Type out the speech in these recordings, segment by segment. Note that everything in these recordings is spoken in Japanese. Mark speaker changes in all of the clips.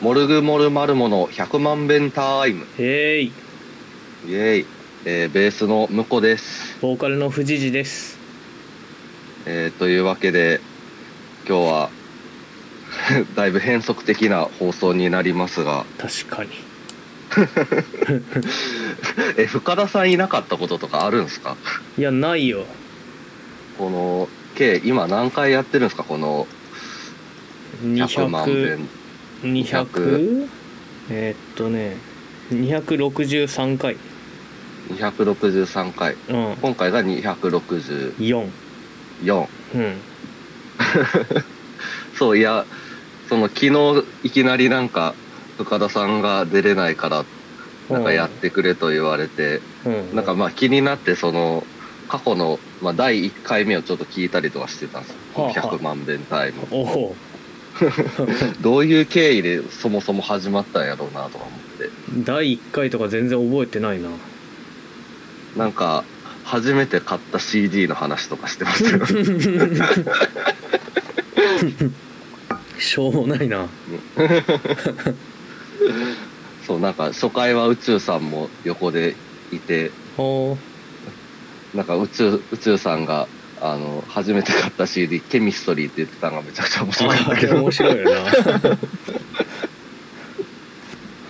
Speaker 1: モルグモルマルモの100万弁タイム
Speaker 2: へい
Speaker 1: イエーイ、えーベースのムコです、
Speaker 2: ボーカルの藤次です
Speaker 1: えーというわけで今日は だいぶ変則的な放送になりますが
Speaker 2: 確かに
Speaker 1: え深田さんいなかったこととかあるんですか
Speaker 2: いやないよ
Speaker 1: この計今何回やってるんですかこの100万
Speaker 2: 200200
Speaker 1: 弁
Speaker 2: えーっとね263回
Speaker 1: 263回
Speaker 2: うん
Speaker 1: 今回が264
Speaker 2: 4うん
Speaker 1: そういやその昨日いきなりなんか深田さんが出れないからなんかやってくれと言われて、
Speaker 2: うん
Speaker 1: なんかまあ気になってその過去の、まあ、第1回目をちょっと聞いたりとかしてたんですよ、
Speaker 2: はあはあ
Speaker 1: 100万遍タイム
Speaker 2: おお
Speaker 1: どういう経緯でそもそも始まったんやろうなとか思って
Speaker 2: 第1回とか全然覚えてないな
Speaker 1: なんか初めて買った CD の話とかしてますよ
Speaker 2: しょうもないな
Speaker 1: そうなんか初回は宇宙さんも横でいて
Speaker 2: おー
Speaker 1: なんか宇宙宇宙さんがあの初めて買った CD「ケミストリー」って言ってたのがめちゃくちゃ面白かった
Speaker 2: あ
Speaker 1: け
Speaker 2: れ
Speaker 1: ど
Speaker 2: 面白いよな は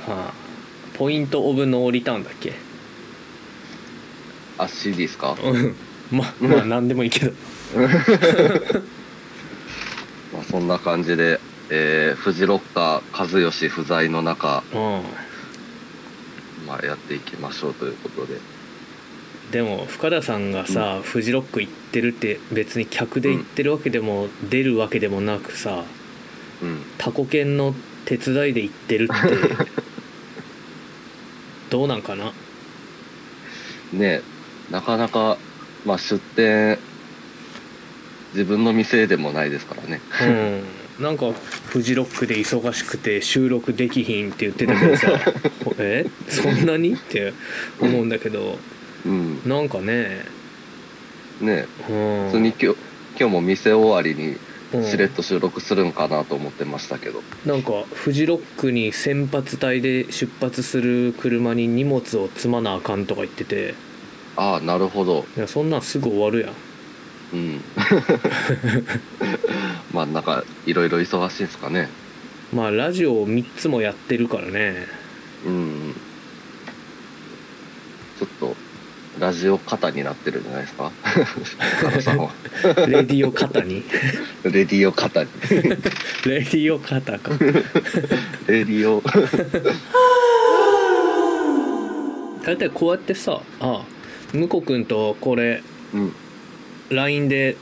Speaker 2: あポイント・オブ・ノーリターンだっけ
Speaker 1: あ CD ですか、
Speaker 2: うんままあ何でもいいけど
Speaker 1: まあ、そんな感じで、えーフジロッカー和義不在の中、
Speaker 2: うん
Speaker 1: まあ、やっていきましょうということで
Speaker 2: でも深田さんがさ、フジロック行ってるって別に客で行ってるわけでも、出るわけでもなくさ
Speaker 1: うん
Speaker 2: タコ犬の手伝いで行ってるって どうなんかな
Speaker 1: ねえなかなか、まあ、出店自分の店でもないですからね
Speaker 2: うんなんかフジロックで忙しくて収録できひんって言ってたけど さえそんなにって思うんだけど
Speaker 1: うん
Speaker 2: なんかね
Speaker 1: ね
Speaker 2: うん
Speaker 1: え普通に今日今日も店終わりに
Speaker 2: うん
Speaker 1: しれっと収録するんかなと思ってましたけど、
Speaker 2: なんかフジロックに先発隊で出発する車に荷物を積まなあかんとか言ってて
Speaker 1: ああなるほど
Speaker 2: いやそんなんすぐ終わるや
Speaker 1: う
Speaker 2: ん
Speaker 1: ん まあなんかいろいろ忙しいんですかね
Speaker 2: まあラジオを3つもやってるから ね
Speaker 1: うんちょっとラジオ肩になってるんじゃないです か加野さんは
Speaker 2: レディオ肩に
Speaker 1: レディオ肩に
Speaker 2: レディオ肩か
Speaker 1: レディオ
Speaker 2: 大体こうやってさああ向こう君とこれ
Speaker 1: うん、
Speaker 2: LINE で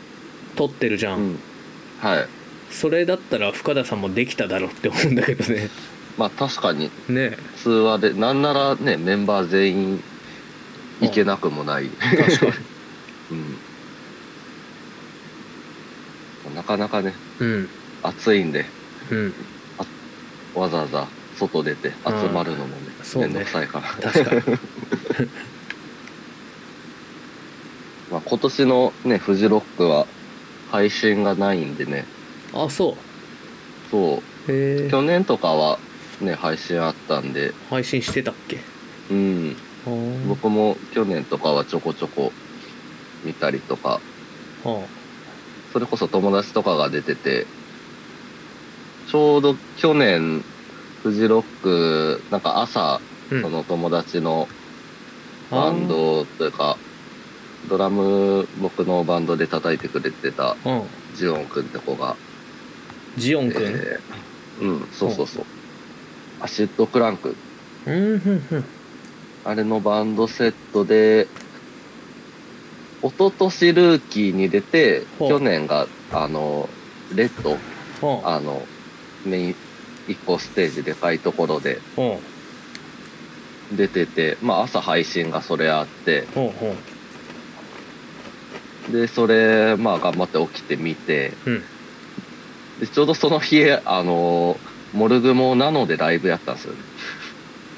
Speaker 2: 撮ってるじゃ、
Speaker 1: うんん、はい
Speaker 2: それだったら深田さんもできただろうって思うんだけどね
Speaker 1: まあ確かに
Speaker 2: ね
Speaker 1: 通話でなんならねメンバー全員いけなくもない、
Speaker 2: え確 かに
Speaker 1: うん、なかなかね
Speaker 2: うん
Speaker 1: 暑いんで
Speaker 2: うん
Speaker 1: わざわざ外出て集まるのもね
Speaker 2: あーそう
Speaker 1: 面
Speaker 2: ね
Speaker 1: 倒くさいから
Speaker 2: 確かに
Speaker 1: まあ、今年のね、フジロックは配信がないんでね、
Speaker 2: あそ
Speaker 1: そう
Speaker 2: へ
Speaker 1: う、
Speaker 2: え
Speaker 1: 去年とかはね、配信あったんで、
Speaker 2: 配信してたっけ
Speaker 1: うん、
Speaker 2: あー
Speaker 1: 僕も去年とかはちょこちょこ見たりとか、
Speaker 2: あ
Speaker 1: それこそ友達とかが出てて、ちょうど去年、フジロック、なんか朝、
Speaker 2: うん
Speaker 1: その友達の
Speaker 2: あ
Speaker 1: バ
Speaker 2: ー
Speaker 1: ンドというか、ドラム、僕のバンドで叩いてくれてた
Speaker 2: うん
Speaker 1: ジオンくんって子が、
Speaker 2: ジオンくん、
Speaker 1: えーうん、そうそうそう。アシッドクランク。
Speaker 2: うんふんふん
Speaker 1: あれのバンドセットで、一昨年ルーキーに出て、
Speaker 2: ほう
Speaker 1: 去年が、あの、レッド、
Speaker 2: あ
Speaker 1: あの、メイン、一個ステージでかいところで
Speaker 2: うん
Speaker 1: 出てて、まあ朝配信がそれあって、
Speaker 2: うんうん
Speaker 1: で、それ、まあ頑張って起きてみて、
Speaker 2: うん
Speaker 1: でちょうどその日、あの、モルグモなのでライブやったんですよね。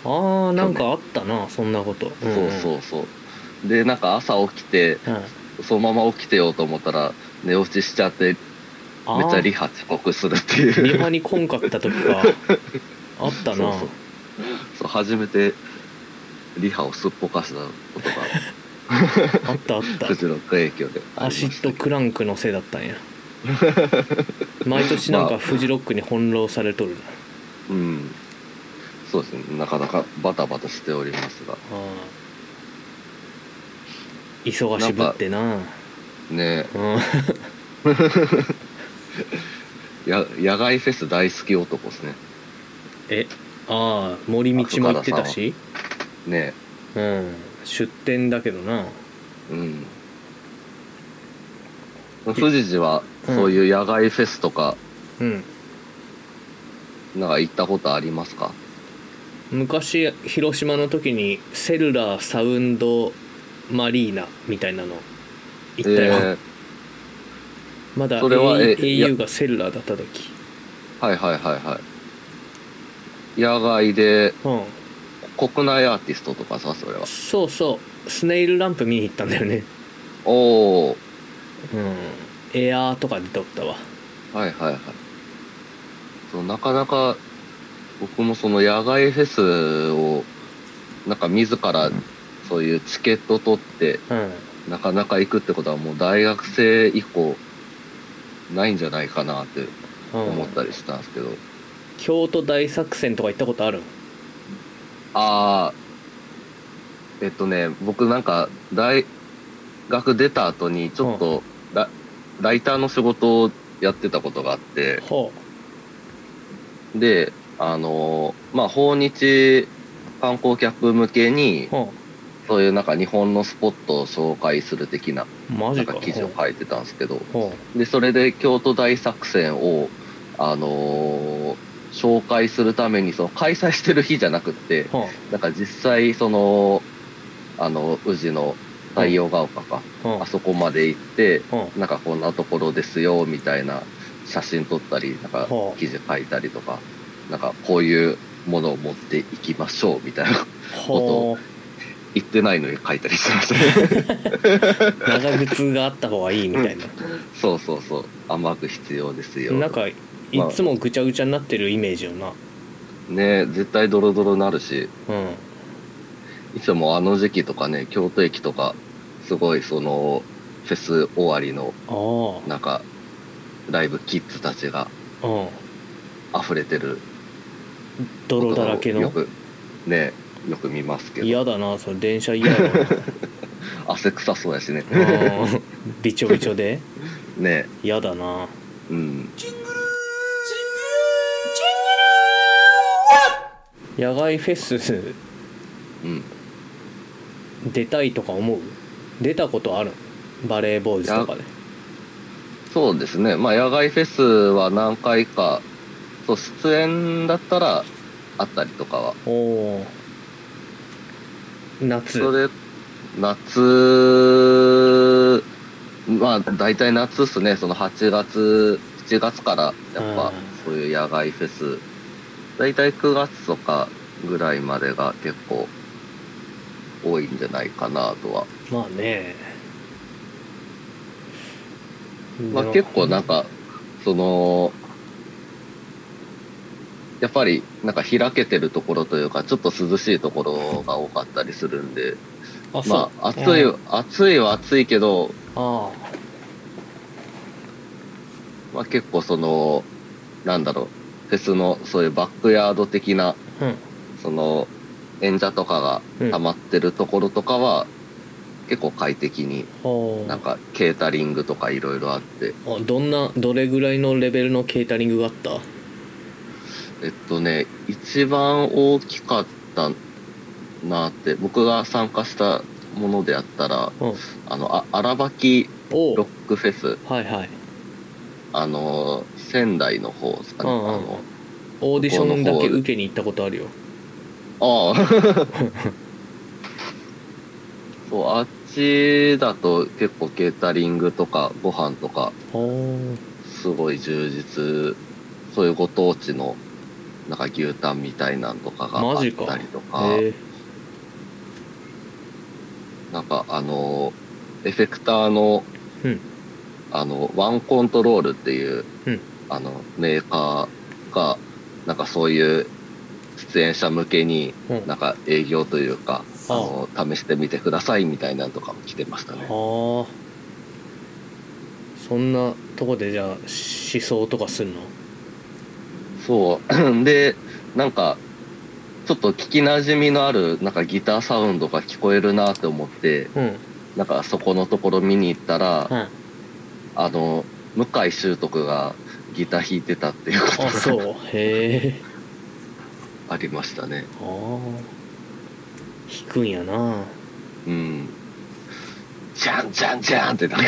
Speaker 2: ああなんかあったなそんなこと、
Speaker 1: そうそうそう。で、なんか朝起きて、
Speaker 2: うん、うん、
Speaker 1: そのまま起きてようと思ったら寝落ちしちゃって
Speaker 2: あ
Speaker 1: めっちゃ
Speaker 2: リ
Speaker 1: リハ遅刻するっていう
Speaker 2: リハに来んかった時 かあったな
Speaker 1: そうそう初めてリハをすっぽかしたこと
Speaker 2: あったあっ
Speaker 1: がフジ
Speaker 2: た
Speaker 1: ロック影響であ
Speaker 2: アシ
Speaker 1: りま
Speaker 2: ッ
Speaker 1: した
Speaker 2: ドクランクのせいだった んや毎年なん
Speaker 1: ま
Speaker 2: か
Speaker 1: あ
Speaker 2: フジロックに翻弄されとるな
Speaker 1: うんそうですねなかなかバタバタしておりますが
Speaker 2: ああ忙しぶってな
Speaker 1: ね
Speaker 2: うん、
Speaker 1: や野外フェス大好き男ですね
Speaker 2: えああ森道も行ってたし
Speaker 1: ね
Speaker 2: うん出店だけどな
Speaker 1: うん富士寺はそういう野外フェスとか
Speaker 2: うん
Speaker 1: なんか行ったことありますか、
Speaker 2: 昔広島の時にセルラーサウンドマリーナみたいなの行ったよ、
Speaker 1: え
Speaker 2: まだ
Speaker 1: それは
Speaker 2: A-
Speaker 1: えいや
Speaker 2: au がセルラーだった時
Speaker 1: ーはいはいはいはい野外で
Speaker 2: うん
Speaker 1: 国内アーティストとかさそれは
Speaker 2: そうそうスネイルランプ見に行ったんだよね
Speaker 1: おお
Speaker 2: うんエアーとかで撮ったわ
Speaker 1: はいはいはいそうなかなか僕もその野外フェスをなんか自らそういうチケット取って
Speaker 2: うん
Speaker 1: なかなか行くってことはもう大学生以降ないんじゃないかなって
Speaker 2: う
Speaker 1: 思
Speaker 2: ん
Speaker 1: ったりしたんですけど、
Speaker 2: 京都大作戦とか行ったことある
Speaker 1: ああえっとね僕なんか大学出た後にちょっとラ,、ライターの仕事をやってたことがあって、
Speaker 2: ほ
Speaker 1: で、あのまあ、訪日観光客向け
Speaker 2: う
Speaker 1: に、
Speaker 2: ほ
Speaker 1: そういうなんか日本のスポットを紹介する的な、
Speaker 2: うマ
Speaker 1: な
Speaker 2: ジ
Speaker 1: んか
Speaker 2: か
Speaker 1: 記事を書いてたんですけど、
Speaker 2: ほ
Speaker 1: で、それで京都大作戦を、あのー紹介するために、その開催してる日じゃなくって
Speaker 2: う、ほ
Speaker 1: なんか実際、その、あの、宇治の太陽が丘か、
Speaker 2: うほう
Speaker 1: あそこまで行って、
Speaker 2: ほ
Speaker 1: なんかこんなところですよみたいな写真撮ったり、なんか
Speaker 2: はあ
Speaker 1: 記事書いたりとか、なんかこういうものを持っていきましょうみたいな、
Speaker 2: うほ
Speaker 1: 言ってないのに書いたりしてましたね。
Speaker 2: う長靴があった方がいいみたい な
Speaker 1: そうそうそう、甘く必要ですよ。
Speaker 2: なんかいつもぐちゃぐちゃになってるイメージよな
Speaker 1: ね絶対ドロドロになるし、
Speaker 2: うん
Speaker 1: いつもあの時期とかね、京都駅とか、すごいその、フェス終わりの、
Speaker 2: あ
Speaker 1: なんか、ライブキッズたちが
Speaker 2: あうん
Speaker 1: 溢れてる
Speaker 2: 泥だらけ
Speaker 1: よ
Speaker 2: の
Speaker 1: く、ねよく見ますけど。
Speaker 2: 嫌だなそれ電車嫌 だな
Speaker 1: 汗臭そうやしね。
Speaker 2: うんびちょびちょで
Speaker 1: ね
Speaker 2: 嫌だな
Speaker 1: うん。
Speaker 2: 野外フェス
Speaker 1: うん。
Speaker 2: 出たいとか思う出たことあるバレーボーイズとかで
Speaker 1: そうですね。まあ、野外フェスは何回か、そう、出演だったらあったりとかは。
Speaker 2: おお夏
Speaker 1: それ、夏、まあ、大体夏っすね。その8月、7月から、やっ
Speaker 2: あ
Speaker 1: ぱ
Speaker 2: ー、
Speaker 1: そういう野外フェス。大体9月とかぐらいまでが結構多いんじゃないかなとは
Speaker 2: まあね
Speaker 1: まあ、
Speaker 2: でも
Speaker 1: 結構なんかそのやっぱりなんか開けてるところというかちょっと涼しいところが多かったりするんで
Speaker 2: あそう
Speaker 1: まあ暑い
Speaker 2: うん
Speaker 1: 暑いは暑いけど、
Speaker 2: あ
Speaker 1: まあ、結構そのなんだろうフェスのそういうバックヤード的な
Speaker 2: あうん
Speaker 1: その演者とか
Speaker 2: うん
Speaker 1: が溜まってるところとかは、結構快適に
Speaker 2: おー
Speaker 1: なんかケータリングとかいろいろあって
Speaker 2: あどんなどれぐらいのレベルのケータリングがあった
Speaker 1: えっとね、一番大きかったなって、僕が参加したものであったら、
Speaker 2: うん
Speaker 1: あの、あ荒垣
Speaker 2: お
Speaker 1: ロ
Speaker 2: お
Speaker 1: ックフェス、
Speaker 2: はいはい
Speaker 1: あの、仙台の方ですかね。
Speaker 2: うんうんオーディションだけ受けに行ったことあるよ
Speaker 1: あの、あ あ。そう、あっちだと結構ケータリングとかご飯とか、
Speaker 2: おー
Speaker 1: すごい充実、そういうご当地の、なんか牛タンみたいなんとかがあ
Speaker 2: マ
Speaker 1: っ
Speaker 2: ジか
Speaker 1: たりとか。
Speaker 2: へえ
Speaker 1: なんかあのエフェクターの、
Speaker 2: うん
Speaker 1: あの、ワンコントロールっていう、
Speaker 2: うん
Speaker 1: あの、メーカーが、なんかそういう出演者向けに、
Speaker 2: うん
Speaker 1: なんか営業というか、あ
Speaker 2: あ
Speaker 1: の、試してみてくださいみたいなのとかも来てましたね。
Speaker 2: ああそんなとこでじゃあ思想とかすんの
Speaker 1: そう。 で、なんか、ちょっと聞き馴染みのある、なんかギターサウンドが聞こえるなって思って、
Speaker 2: うん
Speaker 1: なんかそこのところ見に行ったら、
Speaker 2: うん
Speaker 1: あの、向井修徳がギター弾いてたっていうこと
Speaker 2: あ
Speaker 1: が
Speaker 2: そうへえ
Speaker 1: ありましたね。
Speaker 2: ああ弾くんやな
Speaker 1: うん。じゃんじゃんじゃんってなんか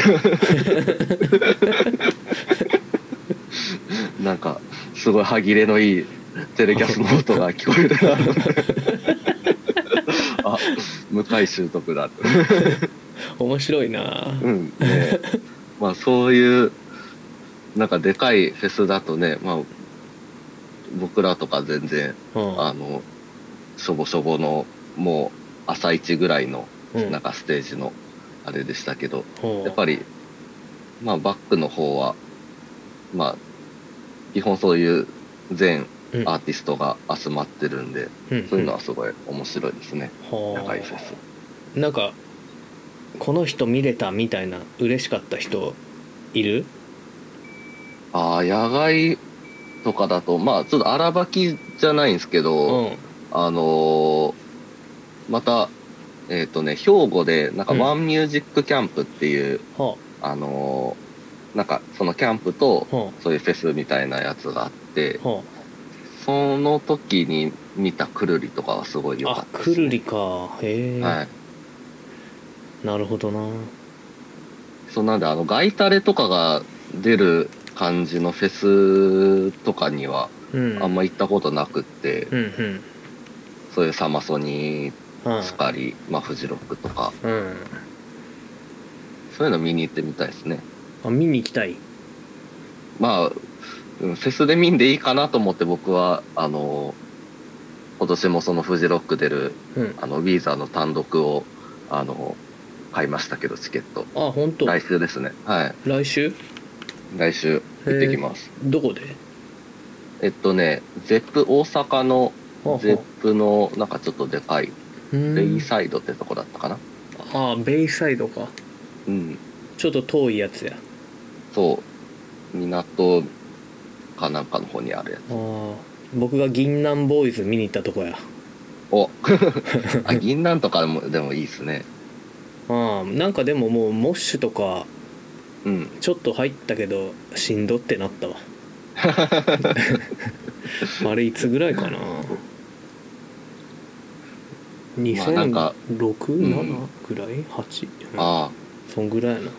Speaker 1: なんかすごい歯切れのいいテレキャスの音が聞こえるなあ向井修徳だって
Speaker 2: 面白いな
Speaker 1: うんねえまあそういうなんかでかいフェスだとねまあ僕らとか全然
Speaker 2: うん
Speaker 1: あのしょぼしょぼのもう朝一ぐらいの
Speaker 2: うん
Speaker 1: なんかステージのあれでしたけど、
Speaker 2: ほう
Speaker 1: やっぱり、まあ、バックの方は、まあ、基本そういう全
Speaker 2: うん
Speaker 1: アーティストが集まってるんで、
Speaker 2: うん
Speaker 1: そういうのはすごい面白いですね、
Speaker 2: ほう
Speaker 1: 野外フェス。
Speaker 2: なんかこの人見れたみたいな嬉しかった人いる
Speaker 1: ああ、野外とかだと、まあ、ちょっと荒ばきじゃないんですけ
Speaker 2: う
Speaker 1: ど、
Speaker 2: ん
Speaker 1: あのーまた、えっ、とね、兵庫で、なんか、
Speaker 2: うん
Speaker 1: ワンミュージックキャンプっていう、
Speaker 2: は
Speaker 1: あのーなんか、そのキャンプと、
Speaker 2: あは
Speaker 1: そういうフェスみたいなやつがあって、
Speaker 2: あは
Speaker 1: その時に見たくるりとかはすごい良
Speaker 2: あ
Speaker 1: か
Speaker 2: あ
Speaker 1: ったです
Speaker 2: くる
Speaker 1: ね、
Speaker 2: りかへえ、
Speaker 1: はい。
Speaker 2: なるほどな
Speaker 1: そうなんで、あの、ガイタレとかが出る感じのフェスとかには
Speaker 2: うん
Speaker 1: あんま行ったことなくって、
Speaker 2: うんうん
Speaker 1: そういうサマソニ
Speaker 2: うん
Speaker 1: しかり、まあ、フジロックとか、
Speaker 2: うん
Speaker 1: そういうの見に行ってみたいですね。
Speaker 2: あ見に行きたい
Speaker 1: まあ、うんフェスで見んでいいかなと思って僕は、あの、今年もそのフジロック出る、
Speaker 2: うん
Speaker 1: あの、ウィーザーの単独を、あの、買いましたけど、チケット。
Speaker 2: あ本当
Speaker 1: 来週ですね。はい。
Speaker 2: 来週
Speaker 1: 来週行ってきます。
Speaker 2: どこで
Speaker 1: えっとね、ゼップ大阪の
Speaker 2: は
Speaker 1: ゼップのなんかちょっとでかい、レイ
Speaker 2: イ
Speaker 1: サイドってとこだったかな。
Speaker 2: あベイサイドか
Speaker 1: うん、
Speaker 2: ちょっと遠いやつや
Speaker 1: そう、港かなんかの方にあるやつ。
Speaker 2: あー僕が銀南ボーイズ見に行ったとこや
Speaker 1: おあ、銀杏とかもでもいいですね。
Speaker 2: あーなんかでももうモッシュとか
Speaker 1: うん。
Speaker 2: ちょっと入ったけどしんどって なったわあれいつぐらいかな
Speaker 1: まあなんか
Speaker 2: 2006?7? ぐらい ?8?
Speaker 1: ああ、
Speaker 2: そんぐらいやな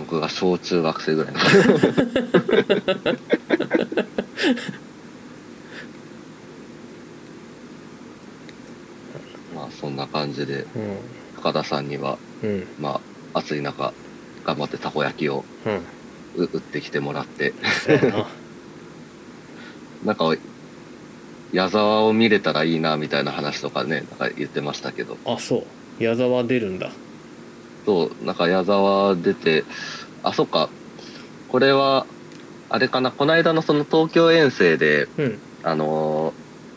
Speaker 1: 僕が小中学生ぐ らいの。まあそんな感じで高田さんには
Speaker 2: うんうん
Speaker 1: まあ、暑い中、頑張ってたこ焼きを
Speaker 2: うん
Speaker 1: う売ってきてもらって、
Speaker 2: そうやな
Speaker 1: なんか、矢沢を見れたらいいな、みたいな話とかね、なんか言ってましたけど、
Speaker 2: あそう矢沢出るんだ
Speaker 1: そう、なんか矢沢出て、あ、そっか、これは、あれかな、この間のその東京遠征で、
Speaker 2: うん
Speaker 1: あの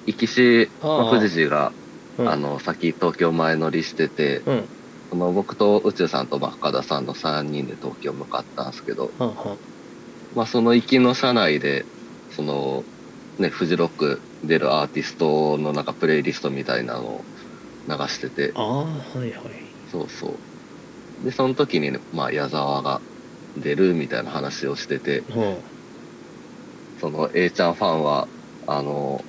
Speaker 1: ー、行きし、
Speaker 2: ああ
Speaker 1: まあ、藤士が、
Speaker 2: うん
Speaker 1: あの、先東京前乗りしてて、
Speaker 2: うんは
Speaker 1: その僕と宇宙さんとまあ深田さんの3人で東京向かったんですけど、
Speaker 2: んは
Speaker 1: まあ、その行きの車内で、その、ね、フジロック出るアーティストのなんかプレイリストみたいなのを流してて
Speaker 2: ん、ああはいはい
Speaker 1: そうそう。で、その時にね、まあ、矢沢が出るみたいな話をしてて、
Speaker 2: うん
Speaker 1: その A ちゃんファンは、あの、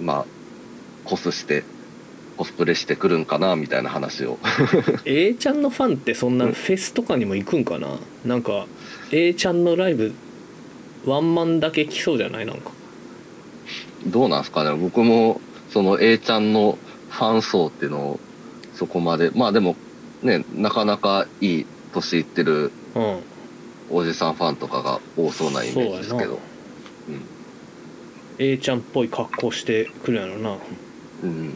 Speaker 1: まあ、コスして、コスプレしてくるんかな、みたいな話を。
Speaker 2: A ちゃんのファンってそんな
Speaker 1: う
Speaker 2: フ
Speaker 1: ん
Speaker 2: ェスとかにも行くんかな、なんか A ちゃんのライブワンマンだけ来そうじゃないなんか
Speaker 1: どうなんすかね僕もその A ちゃんのファン層っていうのをそこまでまあでもねなかなかいい年いってる
Speaker 2: うん
Speaker 1: おじさんファンとかが多そうなイメージですけど
Speaker 2: A ちゃんっぽい格好してくるやろな
Speaker 1: うん、うん、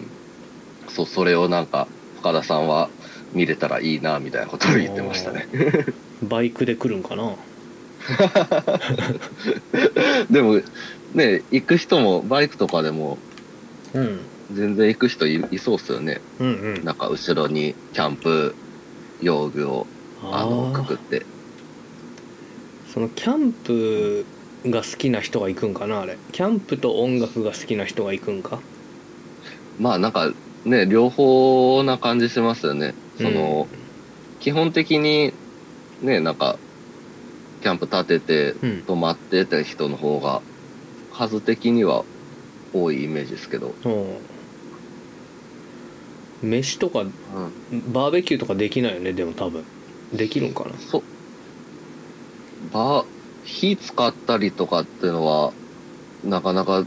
Speaker 1: そうそれをなんか岡田さんは見れたらいいなみたいなことを言ってましたね
Speaker 2: バイクで来るんかな
Speaker 1: でもね行く人もバイクとかでも
Speaker 2: うん
Speaker 1: 全然行く人いいそうっすよね
Speaker 2: うんうん
Speaker 1: なんか後ろにキャンプ用具をあの
Speaker 2: ー
Speaker 1: くくって
Speaker 2: そのキャンプが好きな人が行くんかなあれキャンプと音楽が好きな人が行くんか
Speaker 1: まあなんかね両方な感じしますよねその、基本的にねなんかキャンプ立てて
Speaker 2: うん
Speaker 1: 泊まってた人の方が数的には多いイメージですけど、
Speaker 2: うん飯とか
Speaker 1: うん、
Speaker 2: バーベキューとかできないよねでも多分できるんかな
Speaker 1: そば火使ったりとかっていうのはなかなか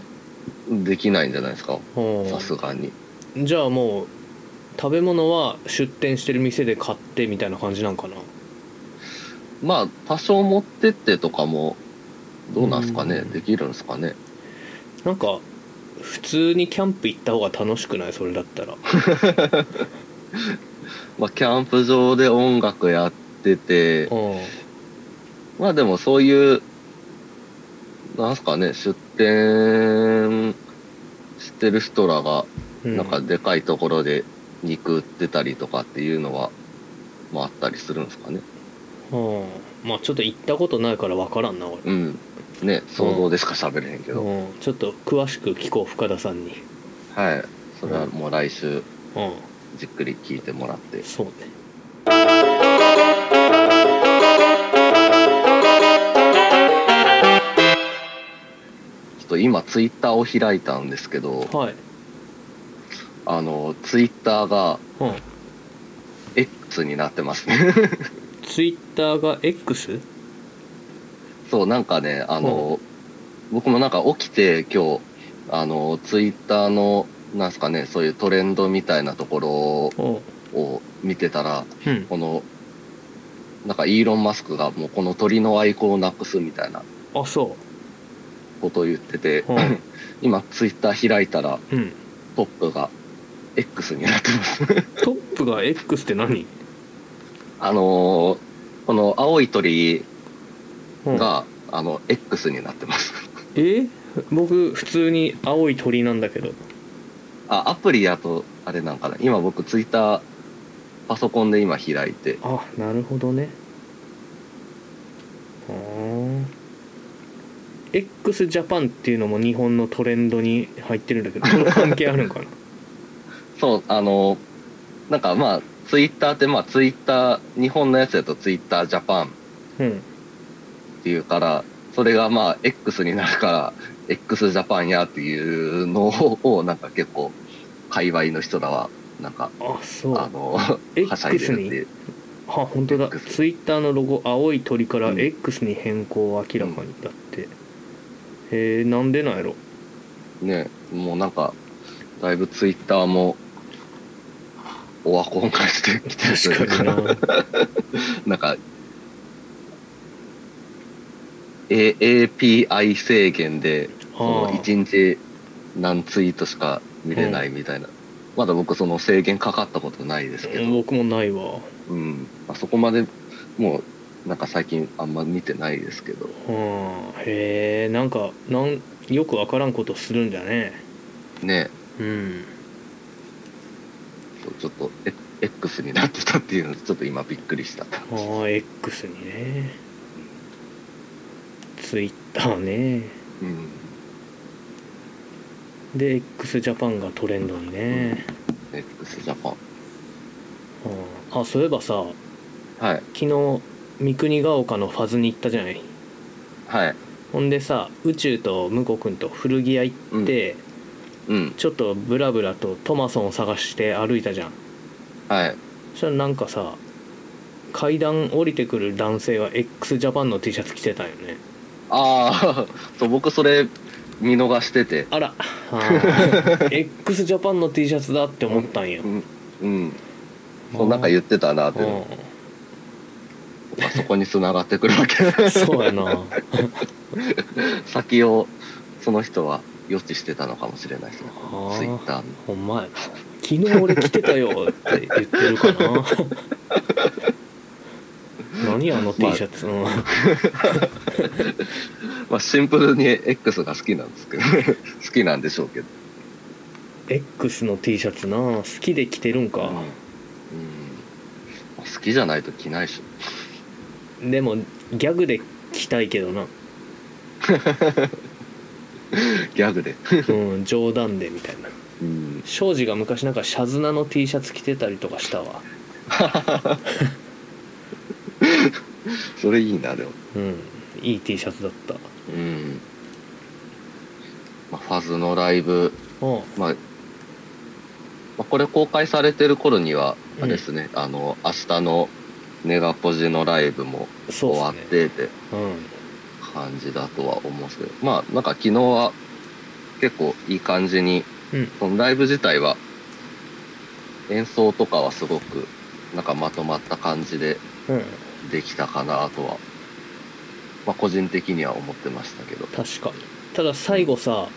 Speaker 1: できないんじゃないですか
Speaker 2: うん
Speaker 1: さすがに
Speaker 2: じゃあもう食べ物は出店してる店で買ってみたいな感じなんかな
Speaker 1: まあ多少持ってってとかもどうなんすかね
Speaker 2: うん
Speaker 1: できるんですかね
Speaker 2: なんか普通にキャンプ行った方が楽しくないそれだったら
Speaker 1: まあキャンプ場で音楽やってて
Speaker 2: うん
Speaker 1: まあでもそういう、なんすかね、出店してる人らが、
Speaker 2: うん
Speaker 1: なんかでかいところで肉売ってたりとかっていうのは、まああったりするんですかね。
Speaker 2: うんまあちょっと行ったことないから分からんな俺
Speaker 1: うん。ね、想像でしか喋れへんけど。
Speaker 2: うん、ちょっと詳しく聞こう深田さんに
Speaker 1: はい。それはもう来週、
Speaker 2: う
Speaker 1: じっくり聞いてもらって
Speaker 2: ん。そうね
Speaker 1: ちょっと今、ツイッターを開いたんですけど、
Speaker 2: はい
Speaker 1: あの、ツイッターが
Speaker 2: うん
Speaker 1: X になってますね。
Speaker 2: ツイッターが X?
Speaker 1: そうなんかねあの、僕もなんか起きて今日あのツイッターのなんすかねそういうトレンドみたいなとこ
Speaker 2: うん
Speaker 1: ろを見てたら
Speaker 2: うん
Speaker 1: このなんかイーロン・マスクがもうこの鳥のアイコンをなくすみたいな
Speaker 2: あそ
Speaker 1: ことを言ってて、
Speaker 2: うん
Speaker 1: 今ツイッター開いたら
Speaker 2: ううん
Speaker 1: トップが X になってます
Speaker 2: トップが X って何、
Speaker 1: あのーこの青い鳥
Speaker 2: うん、
Speaker 1: が、あの X になってます
Speaker 2: え僕普通に青い鳥なんだけど
Speaker 1: あアプリやとあれなんかな今僕ツイッターパソコンで今開いて
Speaker 2: あなるほどねふーん x ジャパンっていうのも日本のトレンドに入ってるんだ けどこれ関係あるんかな
Speaker 1: そう、あの、なんかまあ、ツイッターって、まあ、ツイッター、日本のやつだとツイッタージャパンっ
Speaker 2: うん
Speaker 1: ていうから、それがまあ、X になるから、X ジャパンやっていうのを、をなんか結構、界隈の人らは、なんか、
Speaker 2: あそう
Speaker 1: あ
Speaker 2: あ
Speaker 1: の、
Speaker 2: X
Speaker 1: はしゃいでるっていう。
Speaker 2: 本当だ
Speaker 1: X
Speaker 2: ツイッターのロゴ青い鳥から
Speaker 1: うん
Speaker 2: X に変更明らかにだって、へえなんでなん やろ
Speaker 1: ね、もうなんか、だいぶツイッターも、オワコン化してきてるとい
Speaker 2: 確
Speaker 1: う
Speaker 2: かに な
Speaker 1: なんか、A- API 制限で、そ
Speaker 2: あ
Speaker 1: の
Speaker 2: ー
Speaker 1: 1日何ツイートしか見れないみたいな、まだ僕その制限かかったことないですけ
Speaker 2: う
Speaker 1: ど、
Speaker 2: ん僕もないわ
Speaker 1: うんまあ、そこまでもうなんか最近あんま見てないですけど
Speaker 2: うんへえんかなんよくわからんことするんだね
Speaker 1: ね
Speaker 2: うん
Speaker 1: そうちょっとえ X になってたっていうのちょっと今びっくりした
Speaker 2: ああ X にねツイッターね
Speaker 1: うん
Speaker 2: で x ジャパンがトレンドにね、
Speaker 1: X ジャパン
Speaker 2: うんあそういえばさ
Speaker 1: はい
Speaker 2: 昨日三国ヶ丘のファズに行ったじゃない
Speaker 1: はい
Speaker 2: ほんでさ宇宙と向こう君と古着屋行って、
Speaker 1: うん
Speaker 2: ちょっとブラブラとトマソンを探して歩いたじゃん
Speaker 1: はい
Speaker 2: そしたらなんかさ階段降りてくる男性は x ジャパンの T シャツ着てたよね
Speaker 1: ああ そう僕それ見逃してて
Speaker 2: あらあ ー x ジャパンの T シャツだって思ったんや
Speaker 1: うんうんそうなんか言ってたなっていうの
Speaker 2: う
Speaker 1: がそこに繋がってくるわけ
Speaker 2: ん、そうやな
Speaker 1: 先をその人は予知してたのかもしれないですね
Speaker 2: あー
Speaker 1: ツイッターの
Speaker 2: ほんまや昨日俺来てたよ」って言ってるか な何あの T シャツ、うん
Speaker 1: まあシンプルに X が好きなんですけど 好きなんでしょうけど
Speaker 2: X の T シャツな好きで着てるん
Speaker 1: う
Speaker 2: か
Speaker 1: ん、うん好きじゃないと着ないでしょ
Speaker 2: でもギャグで着たいけどな、
Speaker 1: ギャグで、
Speaker 2: うん、冗談でみたいな
Speaker 1: うん、
Speaker 2: 庄司が昔なんかシャズナの T シャツ着てたりとかしたわ
Speaker 1: それいいなでも
Speaker 2: うんいい T シャツだった
Speaker 1: うん、まあ、ファズのライブ、
Speaker 2: うん
Speaker 1: まあまあ、これ公開されてる頃にはあれですね、あの明日のネガポジのライブも
Speaker 2: そ
Speaker 1: 終わ
Speaker 2: う
Speaker 1: っ
Speaker 2: です
Speaker 1: て
Speaker 2: ね
Speaker 1: って感じだとは思うんですけど、まあなんか昨日は結構いい感じに
Speaker 2: うんうん
Speaker 1: そのライブ自体は演奏とかはすごくなんかまとまった感じで
Speaker 2: うん
Speaker 1: できたかなとは、まあ、個人的には思ってましたけど
Speaker 2: 確かにただ最後さ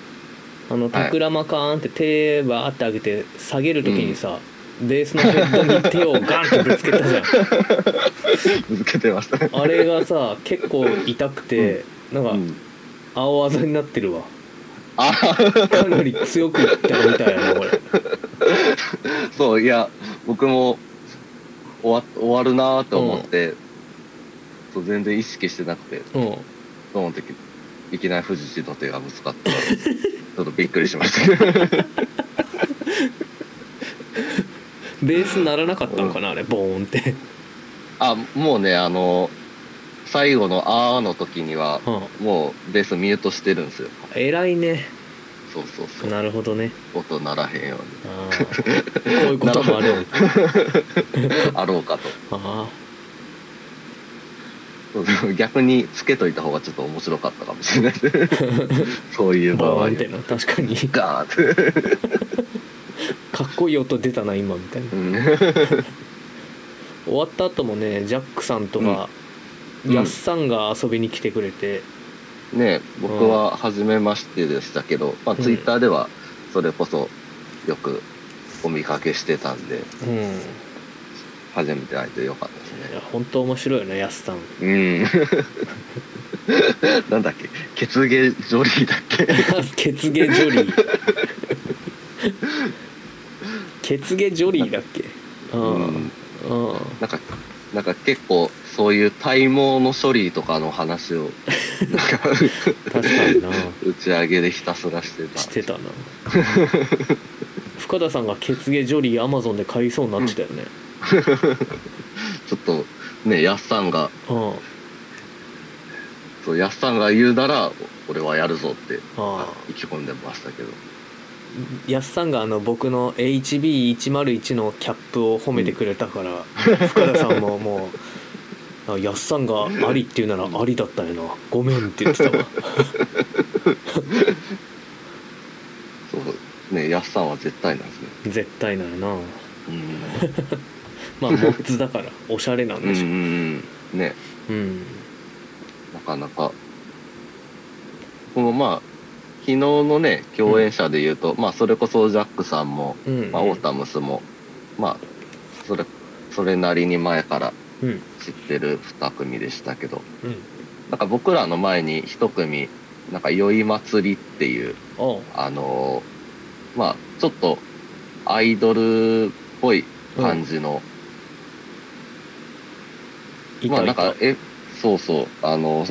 Speaker 2: あの
Speaker 1: はい
Speaker 2: タクラマカーンって手バーって上げて下げる時にさ、ベースのヘッドに手をガンってぶつけたじゃん
Speaker 1: 続けてましたね。
Speaker 2: あれがさ結構痛くて、な
Speaker 1: うん
Speaker 2: か
Speaker 1: ん
Speaker 2: 青あざになってるわ
Speaker 1: あ
Speaker 2: かなり強くいったみたいやなこれ
Speaker 1: そういや僕も終わ終わるなーと思って、そう全然意識してなくて
Speaker 2: うん
Speaker 1: その時いきなり藤士の手がぶつかったから ちょっとびっくりしました
Speaker 2: ベースならなかったのかなあれボーンって
Speaker 1: あもうねあの最後の「あー」の時には
Speaker 2: うん
Speaker 1: もうベースミュートしてるんですよ
Speaker 2: 偉いね
Speaker 1: そうそうそう
Speaker 2: なるほどね
Speaker 1: 音ならへんよう
Speaker 2: あーこういうこともあるん
Speaker 1: にあろうかと
Speaker 2: あ
Speaker 1: そう 逆につけといた方がちょっと面白かったかもしれない そうい
Speaker 2: ー
Speaker 1: う場
Speaker 2: ボ
Speaker 1: 合
Speaker 2: ーンってな確かに
Speaker 1: ガーンって
Speaker 2: かっこいい音出たな今みたいな
Speaker 1: うん
Speaker 2: 終わった後もねジャックさんとか、
Speaker 1: うん
Speaker 2: やっさんが遊びに来てくれて、
Speaker 1: ね僕は初めましてでしたけど、まあ、
Speaker 2: うん
Speaker 1: ツイッターではそれこそよくお見かけしてたんで
Speaker 2: うんい
Speaker 1: 初めて会えてよかったですね
Speaker 2: や本当面白いよねやっさん
Speaker 1: うん なんだっけ血芸ジョリーだっけ
Speaker 2: ケツゲジョ リーケツゲジョリーだっけうんうん
Speaker 1: なんかなんか結構そういう体毛の処理とかの話をなんか
Speaker 2: 確かにな
Speaker 1: 打ち上げでひたすらしてた
Speaker 2: してたな深田さんがケツゲジョリーアマゾンで買いそうになってたよね
Speaker 1: ちょっとねやっさんが
Speaker 2: うん
Speaker 1: そうやっさんが言うなら俺はやるぞって
Speaker 2: あ
Speaker 1: 意気込んでましたけど
Speaker 2: やっさんがあの僕の HB101 のキャップを褒めてくれ たから、深田さんももうあ「やっさんがありって言うならありだったよなごめん」って言って たわ
Speaker 1: そうね、やっさんは絶対なんですね。
Speaker 2: 絶対ならな
Speaker 1: うん。
Speaker 2: まあモッツだからおしゃれなん
Speaker 1: う
Speaker 2: で
Speaker 1: ん
Speaker 2: し
Speaker 1: う
Speaker 2: ょ
Speaker 1: んうん。ね、
Speaker 2: うん
Speaker 1: なかなか。このまあ、昨日のね、共演者で言うと、まあ、それこそジャックさんも、
Speaker 2: うんうん
Speaker 1: まあ、オータムスも、まあ、それ、それなりに前から
Speaker 2: うん
Speaker 1: 知ってる二組でしたけど、
Speaker 2: うん
Speaker 1: なんか僕らの前に一組、なんか、宵祭りっていう、
Speaker 2: おう
Speaker 1: あのーまあ、ちょっと、アイドルっぽい感じの、
Speaker 2: い
Speaker 1: まあ
Speaker 2: た
Speaker 1: ないんか
Speaker 2: た、
Speaker 1: え、そうそう、あの、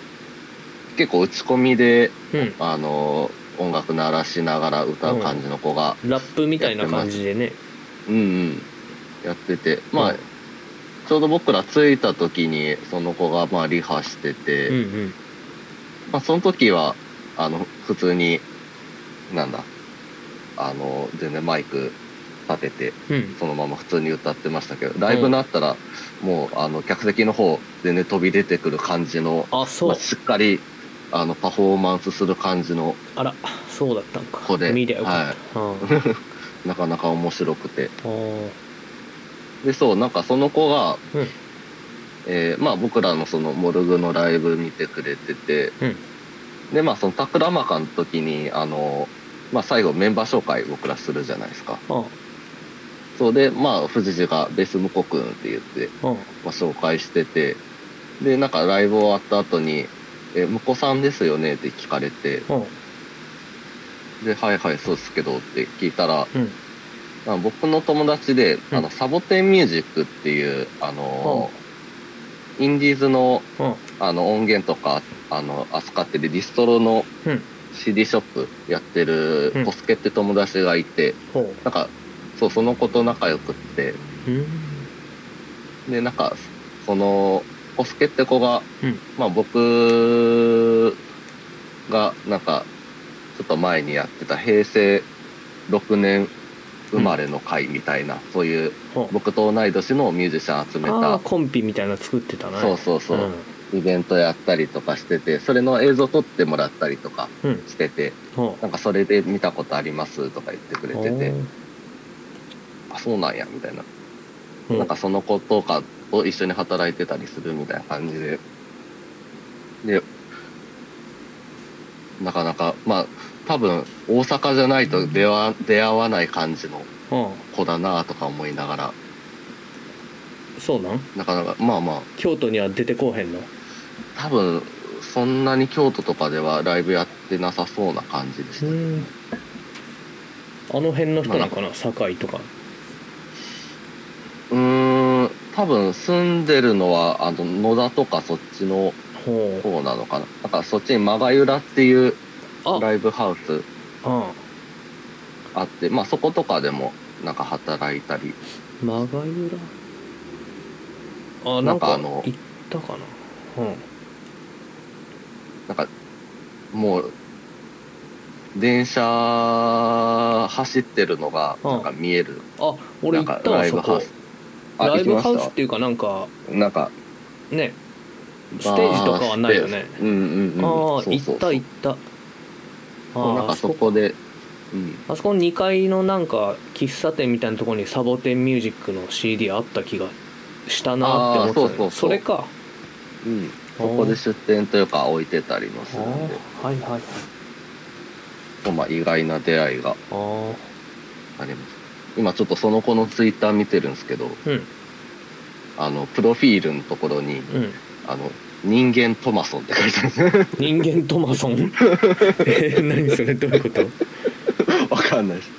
Speaker 1: 結構打ち込みで、
Speaker 2: うん
Speaker 1: あの、音楽鳴らしながら歌う感じの子が、
Speaker 2: ラップみたいな感じでね
Speaker 1: うん、うんやってて、まあ、
Speaker 2: うん
Speaker 1: ちょうど僕ら着いた時に、その子が、まあ、リハしてて、
Speaker 2: うんうん
Speaker 1: まあ、その時は、あの、普通に、なんだ、あの、全然マイク立てて、
Speaker 2: うん
Speaker 1: そのまま普通に歌ってましたけど、ライブになったら、もう、あの、客席の方、全然飛び出てくる感じの、
Speaker 2: あそ
Speaker 1: ま
Speaker 2: う
Speaker 1: あ、しっかりあのパフォーマンスする感じの
Speaker 2: あらそうだったんか
Speaker 1: 子で
Speaker 2: 見りゃよかった、うん
Speaker 1: なかなか面白くて
Speaker 2: おー
Speaker 1: でそうなんかその子が、
Speaker 2: うん
Speaker 1: えーまあ、僕らのそのモルグのライブ見てくれてて、
Speaker 2: うん
Speaker 1: でまあそのタクラマカの時にあの、まあ、最後メンバー紹介僕らするじゃないですか
Speaker 2: あ
Speaker 1: そうで、まあ、藤次がベスムコ君って言って、
Speaker 2: うん
Speaker 1: まあ、紹介してて、で、なんかライブ終わった後に、え、向こさんですよねって聞かれて、
Speaker 2: うん
Speaker 1: で、はいはい、そうですけどって聞いたら、
Speaker 2: うん
Speaker 1: まあ僕の友達で、
Speaker 2: うん
Speaker 1: あの、サボテンミュージックっていう、あのーインディーズの、
Speaker 2: うん
Speaker 1: あの、音源とか、あの、扱ってるディストロの
Speaker 2: うん
Speaker 1: CD ショップやってる
Speaker 2: うん
Speaker 1: コスケって友達がいて、
Speaker 2: ほ
Speaker 1: なんか、そう、その子と仲良くって、
Speaker 2: ううん
Speaker 1: で、なんか、その、コスケって子が、
Speaker 2: うん
Speaker 1: まあ僕が、なんか、ちょっと前にやってた平成6年生まれの会みたいな、そういう
Speaker 2: ほう
Speaker 1: 僕と同い年のミュージシャン集め
Speaker 2: あ
Speaker 1: た
Speaker 2: ー、コンピみたいなの作ってたな
Speaker 1: そうそうそう、
Speaker 2: ん
Speaker 1: イベントやったりとかしてて、それの映像撮ってもらったりとか
Speaker 2: うん
Speaker 1: してて、
Speaker 2: ほ
Speaker 1: なんかそれで見たことありますとか言ってくれ
Speaker 2: う
Speaker 1: てて、あ、そうなんや、みたいな。なんかその子とかと一緒に働いてたりするみたいな感じで。で、なかなか、まあ、多分、大阪じゃないと出は出会わない感じの
Speaker 2: うんうん
Speaker 1: 子だなとか思いながら、
Speaker 2: そうなん
Speaker 1: なかなか、まあまあ、
Speaker 2: 京都には出てこうへんの
Speaker 1: 多分、そんなに京都とかではライブやってなさそうな感じでした。
Speaker 2: あの辺の人なのかな堺とか
Speaker 1: うーん、多分住んでるのは、あの、野田とかそっちの
Speaker 2: ほう
Speaker 1: 方なのかな。なんかそっちにマガユラっていう
Speaker 2: あ
Speaker 1: ライブハウス
Speaker 2: あ
Speaker 1: あって、まあそことかでもなんか働いたり、
Speaker 2: マガユラあな
Speaker 1: なんん
Speaker 2: か
Speaker 1: か
Speaker 2: あ
Speaker 1: あ
Speaker 2: の
Speaker 1: の
Speaker 2: 行ったかなうん
Speaker 1: なんかもう、電車走ってるのが
Speaker 2: うん
Speaker 1: なんか見える、
Speaker 2: あ
Speaker 1: な
Speaker 2: 俺行
Speaker 1: んか
Speaker 2: ったわ
Speaker 1: ライ
Speaker 2: そ
Speaker 1: ブハ
Speaker 2: こ
Speaker 1: ウス。あ、
Speaker 2: ラ
Speaker 1: 行
Speaker 2: イ
Speaker 1: き
Speaker 2: ブ
Speaker 1: ま
Speaker 2: ハウス
Speaker 1: し
Speaker 2: っていうかなんか
Speaker 1: たなんか、
Speaker 2: ねステージとかはないよね
Speaker 1: バーしてうんうんうん。
Speaker 2: あ
Speaker 1: そ
Speaker 2: あ
Speaker 1: う
Speaker 2: 行
Speaker 1: そう
Speaker 2: った行ったあ
Speaker 1: そう
Speaker 2: ー
Speaker 1: なんか
Speaker 2: あ
Speaker 1: そ
Speaker 2: そ
Speaker 1: こ
Speaker 2: こ
Speaker 1: で、うん。
Speaker 2: あそこの2階のなんか喫茶店みたいなところにサボテンミュージックの CD あった気がしたなって思ってたの
Speaker 1: あーそうそうそう
Speaker 2: それか
Speaker 1: うん。そこで出店というか置いてたりもす
Speaker 2: あ
Speaker 1: るんで、
Speaker 2: ーはいはいはい
Speaker 1: そうまあ意外な出会いが
Speaker 2: あー
Speaker 1: あります。今ちょっとその子のツイッター見てるんですけど、
Speaker 2: うん
Speaker 1: あの、プロフィールのところに、
Speaker 2: うん
Speaker 1: あの、人間トマソンって書いてあるんで すね。
Speaker 2: 人間トマソン えー何それどういうこと
Speaker 1: わかんないです。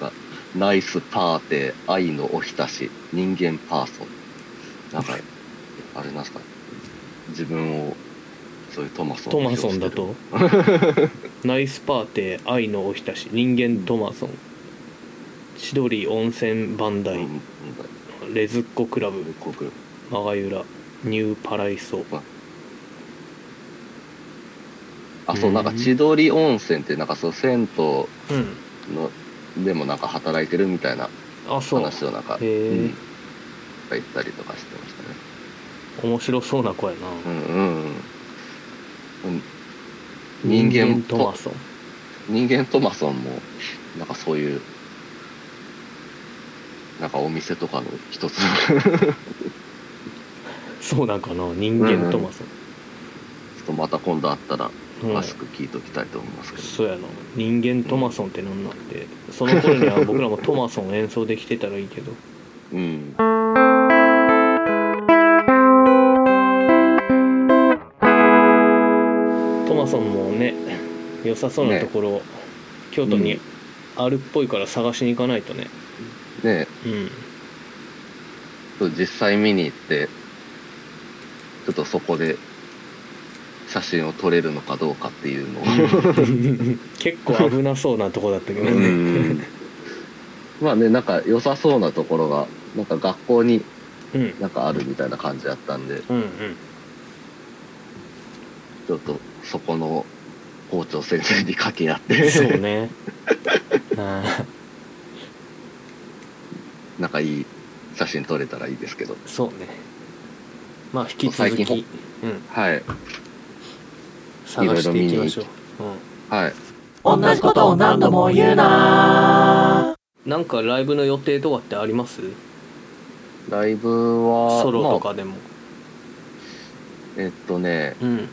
Speaker 1: なんか、ナイスパーテー、愛のおひたし、人間パーソン。なんか、あれなんですか、自分を、そういうトマソン
Speaker 2: トマソンだとナイスパーテー愛のおひたし人間トマソン千鳥温泉磐
Speaker 1: 表してる。
Speaker 2: 梯
Speaker 1: うん、
Speaker 2: レズッコクラブ
Speaker 1: うん、僕、
Speaker 2: マガユラニューパライソ
Speaker 1: あ、そう、なんか、千鳥温泉って、なんか、そう、銭湯
Speaker 2: うん
Speaker 1: の、でもなんか働いてるみたいな
Speaker 2: あそう
Speaker 1: 話をなんか、
Speaker 2: へえ
Speaker 1: うん、言ったりとかしてましたね。
Speaker 2: 面白そうな子やな
Speaker 1: うんうんうん人間
Speaker 2: トマソン
Speaker 1: 人間トマソンもなんかそういうなんかお店とかの一つちょ
Speaker 2: そうなんかな人間トマソン
Speaker 1: っとまた今度あったら
Speaker 2: うん
Speaker 1: 詳しく聞いときたいと思いますけど、
Speaker 2: そうやな人間トマソンってなんなんてその頃には僕らもトマソン演奏できてたらいいけど
Speaker 1: うん
Speaker 2: トマソンもね良さそうなところ、京都にあるっぽいから探しに行かないと ね
Speaker 1: で
Speaker 2: うん
Speaker 1: ちょっと実際見に行ってちょっとそこで写真を撮れるのかどうかっていうのを
Speaker 2: 結構危なそうなとこだったけど
Speaker 1: う
Speaker 2: ね
Speaker 1: んまあねなんか良さそうなところがなんか学校に
Speaker 2: うん
Speaker 1: なんかあるみたいな感じだったんで
Speaker 2: うんうん
Speaker 1: ちょっとそこの校長先生に掛け合っ
Speaker 2: そう
Speaker 1: て
Speaker 2: ねああ
Speaker 1: なんかいい写真撮れたらいいですけど
Speaker 2: そうねまあ引き続
Speaker 1: 最
Speaker 2: き、う
Speaker 1: 近
Speaker 2: ん、
Speaker 1: はい
Speaker 2: 探していきましょう
Speaker 1: いはい
Speaker 3: 同じことを何度も言うな
Speaker 2: うん、なんかライブの予定とかってあります
Speaker 1: ライブは
Speaker 2: ソロと
Speaker 1: まあ
Speaker 2: かでも、
Speaker 1: えっとね
Speaker 2: うん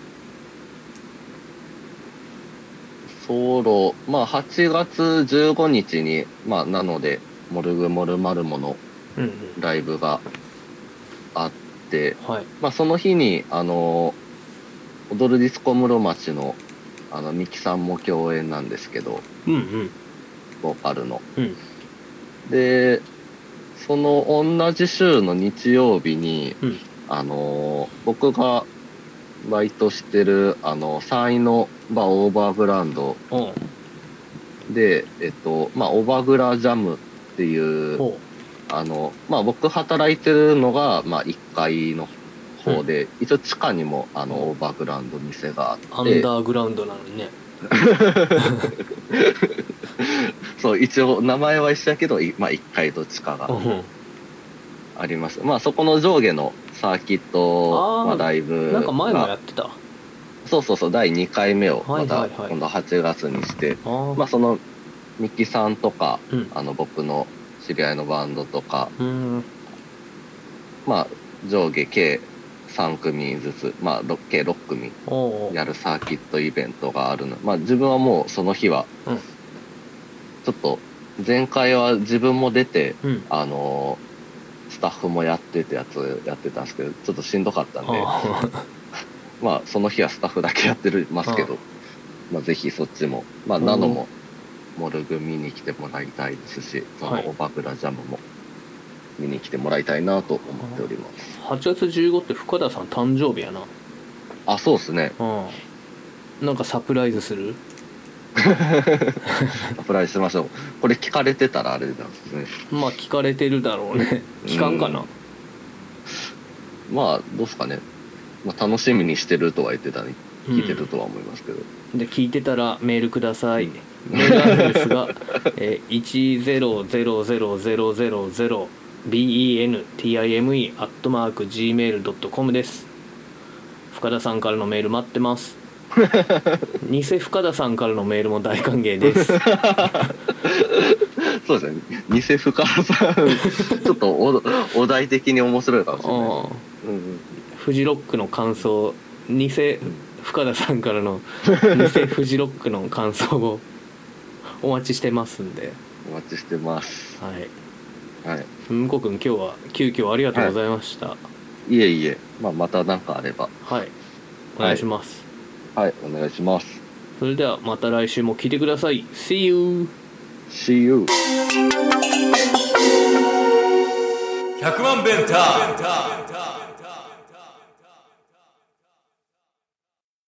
Speaker 1: ソロまあ8月15日にまあなのでモルグモルマルモの
Speaker 2: うんうん
Speaker 1: ライブがあって、
Speaker 2: はい
Speaker 1: まあ、その日に、あの、踊るディスコ室町の、あの、ミキさんも共演なんですけど、
Speaker 2: うんうん
Speaker 1: ボーカルの。
Speaker 2: うん
Speaker 1: で、その同じ週の日曜日に、
Speaker 2: うん
Speaker 1: あのー僕がバイトしてる、あの、山陰のバーオーバーグラウンド
Speaker 2: おう
Speaker 1: で、えっと、まあ、オバグラジャムっていう、
Speaker 2: おう
Speaker 1: あの、まあ、僕働いてるのが、まあ、1階の方で、一応地下にも、あの、オーバーグラウンド店があって、
Speaker 2: アンダーグラウンドなのにね
Speaker 1: そう、一応名前は一緒だけど、いまあ、1階と地下が
Speaker 2: うんうん
Speaker 1: あります。まあそこの上下のサーキッ
Speaker 2: あ
Speaker 1: ト、
Speaker 2: ー
Speaker 1: まあ、ライブが。
Speaker 2: なんか前もやってたあ
Speaker 1: そうそうそう、第2回目を
Speaker 2: はい
Speaker 1: ま
Speaker 2: は
Speaker 1: た
Speaker 2: いはい
Speaker 1: 今度8月にして、
Speaker 2: ー
Speaker 1: まあそのミキさんとか、
Speaker 2: うん
Speaker 1: あの僕の知り合いのバンドとか、
Speaker 2: うん
Speaker 1: まあ上下計3組ずつ、まあろ計6組
Speaker 2: おうおう
Speaker 1: やるサーキットイベントがあるの。まあ自分はもうその日は
Speaker 2: うん、
Speaker 1: ちょっと前回は自分も出て、
Speaker 2: うん
Speaker 1: あのースタッフもやってってやつやってたんですけど、ちょっとしんどかったんで、
Speaker 2: あー
Speaker 1: まあ、その日はスタッフだけやってるますけど、まあ、ぜひそっちも、まあ、
Speaker 2: うん
Speaker 1: ナノも、モルグ見に来てもらいたいですし、そ
Speaker 2: はい
Speaker 1: のオバグラジャムも見に来てもらいたいなと思っております。
Speaker 2: 8月15って深田さん誕生日やな
Speaker 1: あ、そうですね。
Speaker 2: うんなんかサプライズする
Speaker 1: アプライしましょう。これ聞かれてたらあれなんですね。
Speaker 2: まあ聞かれてるだろうね聞かんかな
Speaker 1: まあ、どうですかね。まあ、楽しみにしてるとは言ってたね。
Speaker 2: うん
Speaker 1: 聞いてるとは思いますけど。
Speaker 2: で聞いてたらメールくださいメールアドレスが、えー、1000000bentime.gmail.com です深田さんからのメール待ってます偽深田さんからのメールも大歓迎です
Speaker 1: そうですね。偽深川さん、ちょっとおお題的に面白いかもしれないです。
Speaker 2: うん
Speaker 1: うんうん
Speaker 2: フジロックの感想偽深田さんからの偽フジロックの感想をお待ちしてますんで、
Speaker 1: お待ちしてます。
Speaker 2: はい、
Speaker 1: はい。
Speaker 2: 向こう君今日は急遽ありがとうございましたはい、
Speaker 1: いえいえ、まあ、また何かあれば、
Speaker 2: お願いします、
Speaker 1: はい、お願いします。
Speaker 2: それではまた来週も聞いてください See you!
Speaker 1: See you!
Speaker 4: 100万ベンター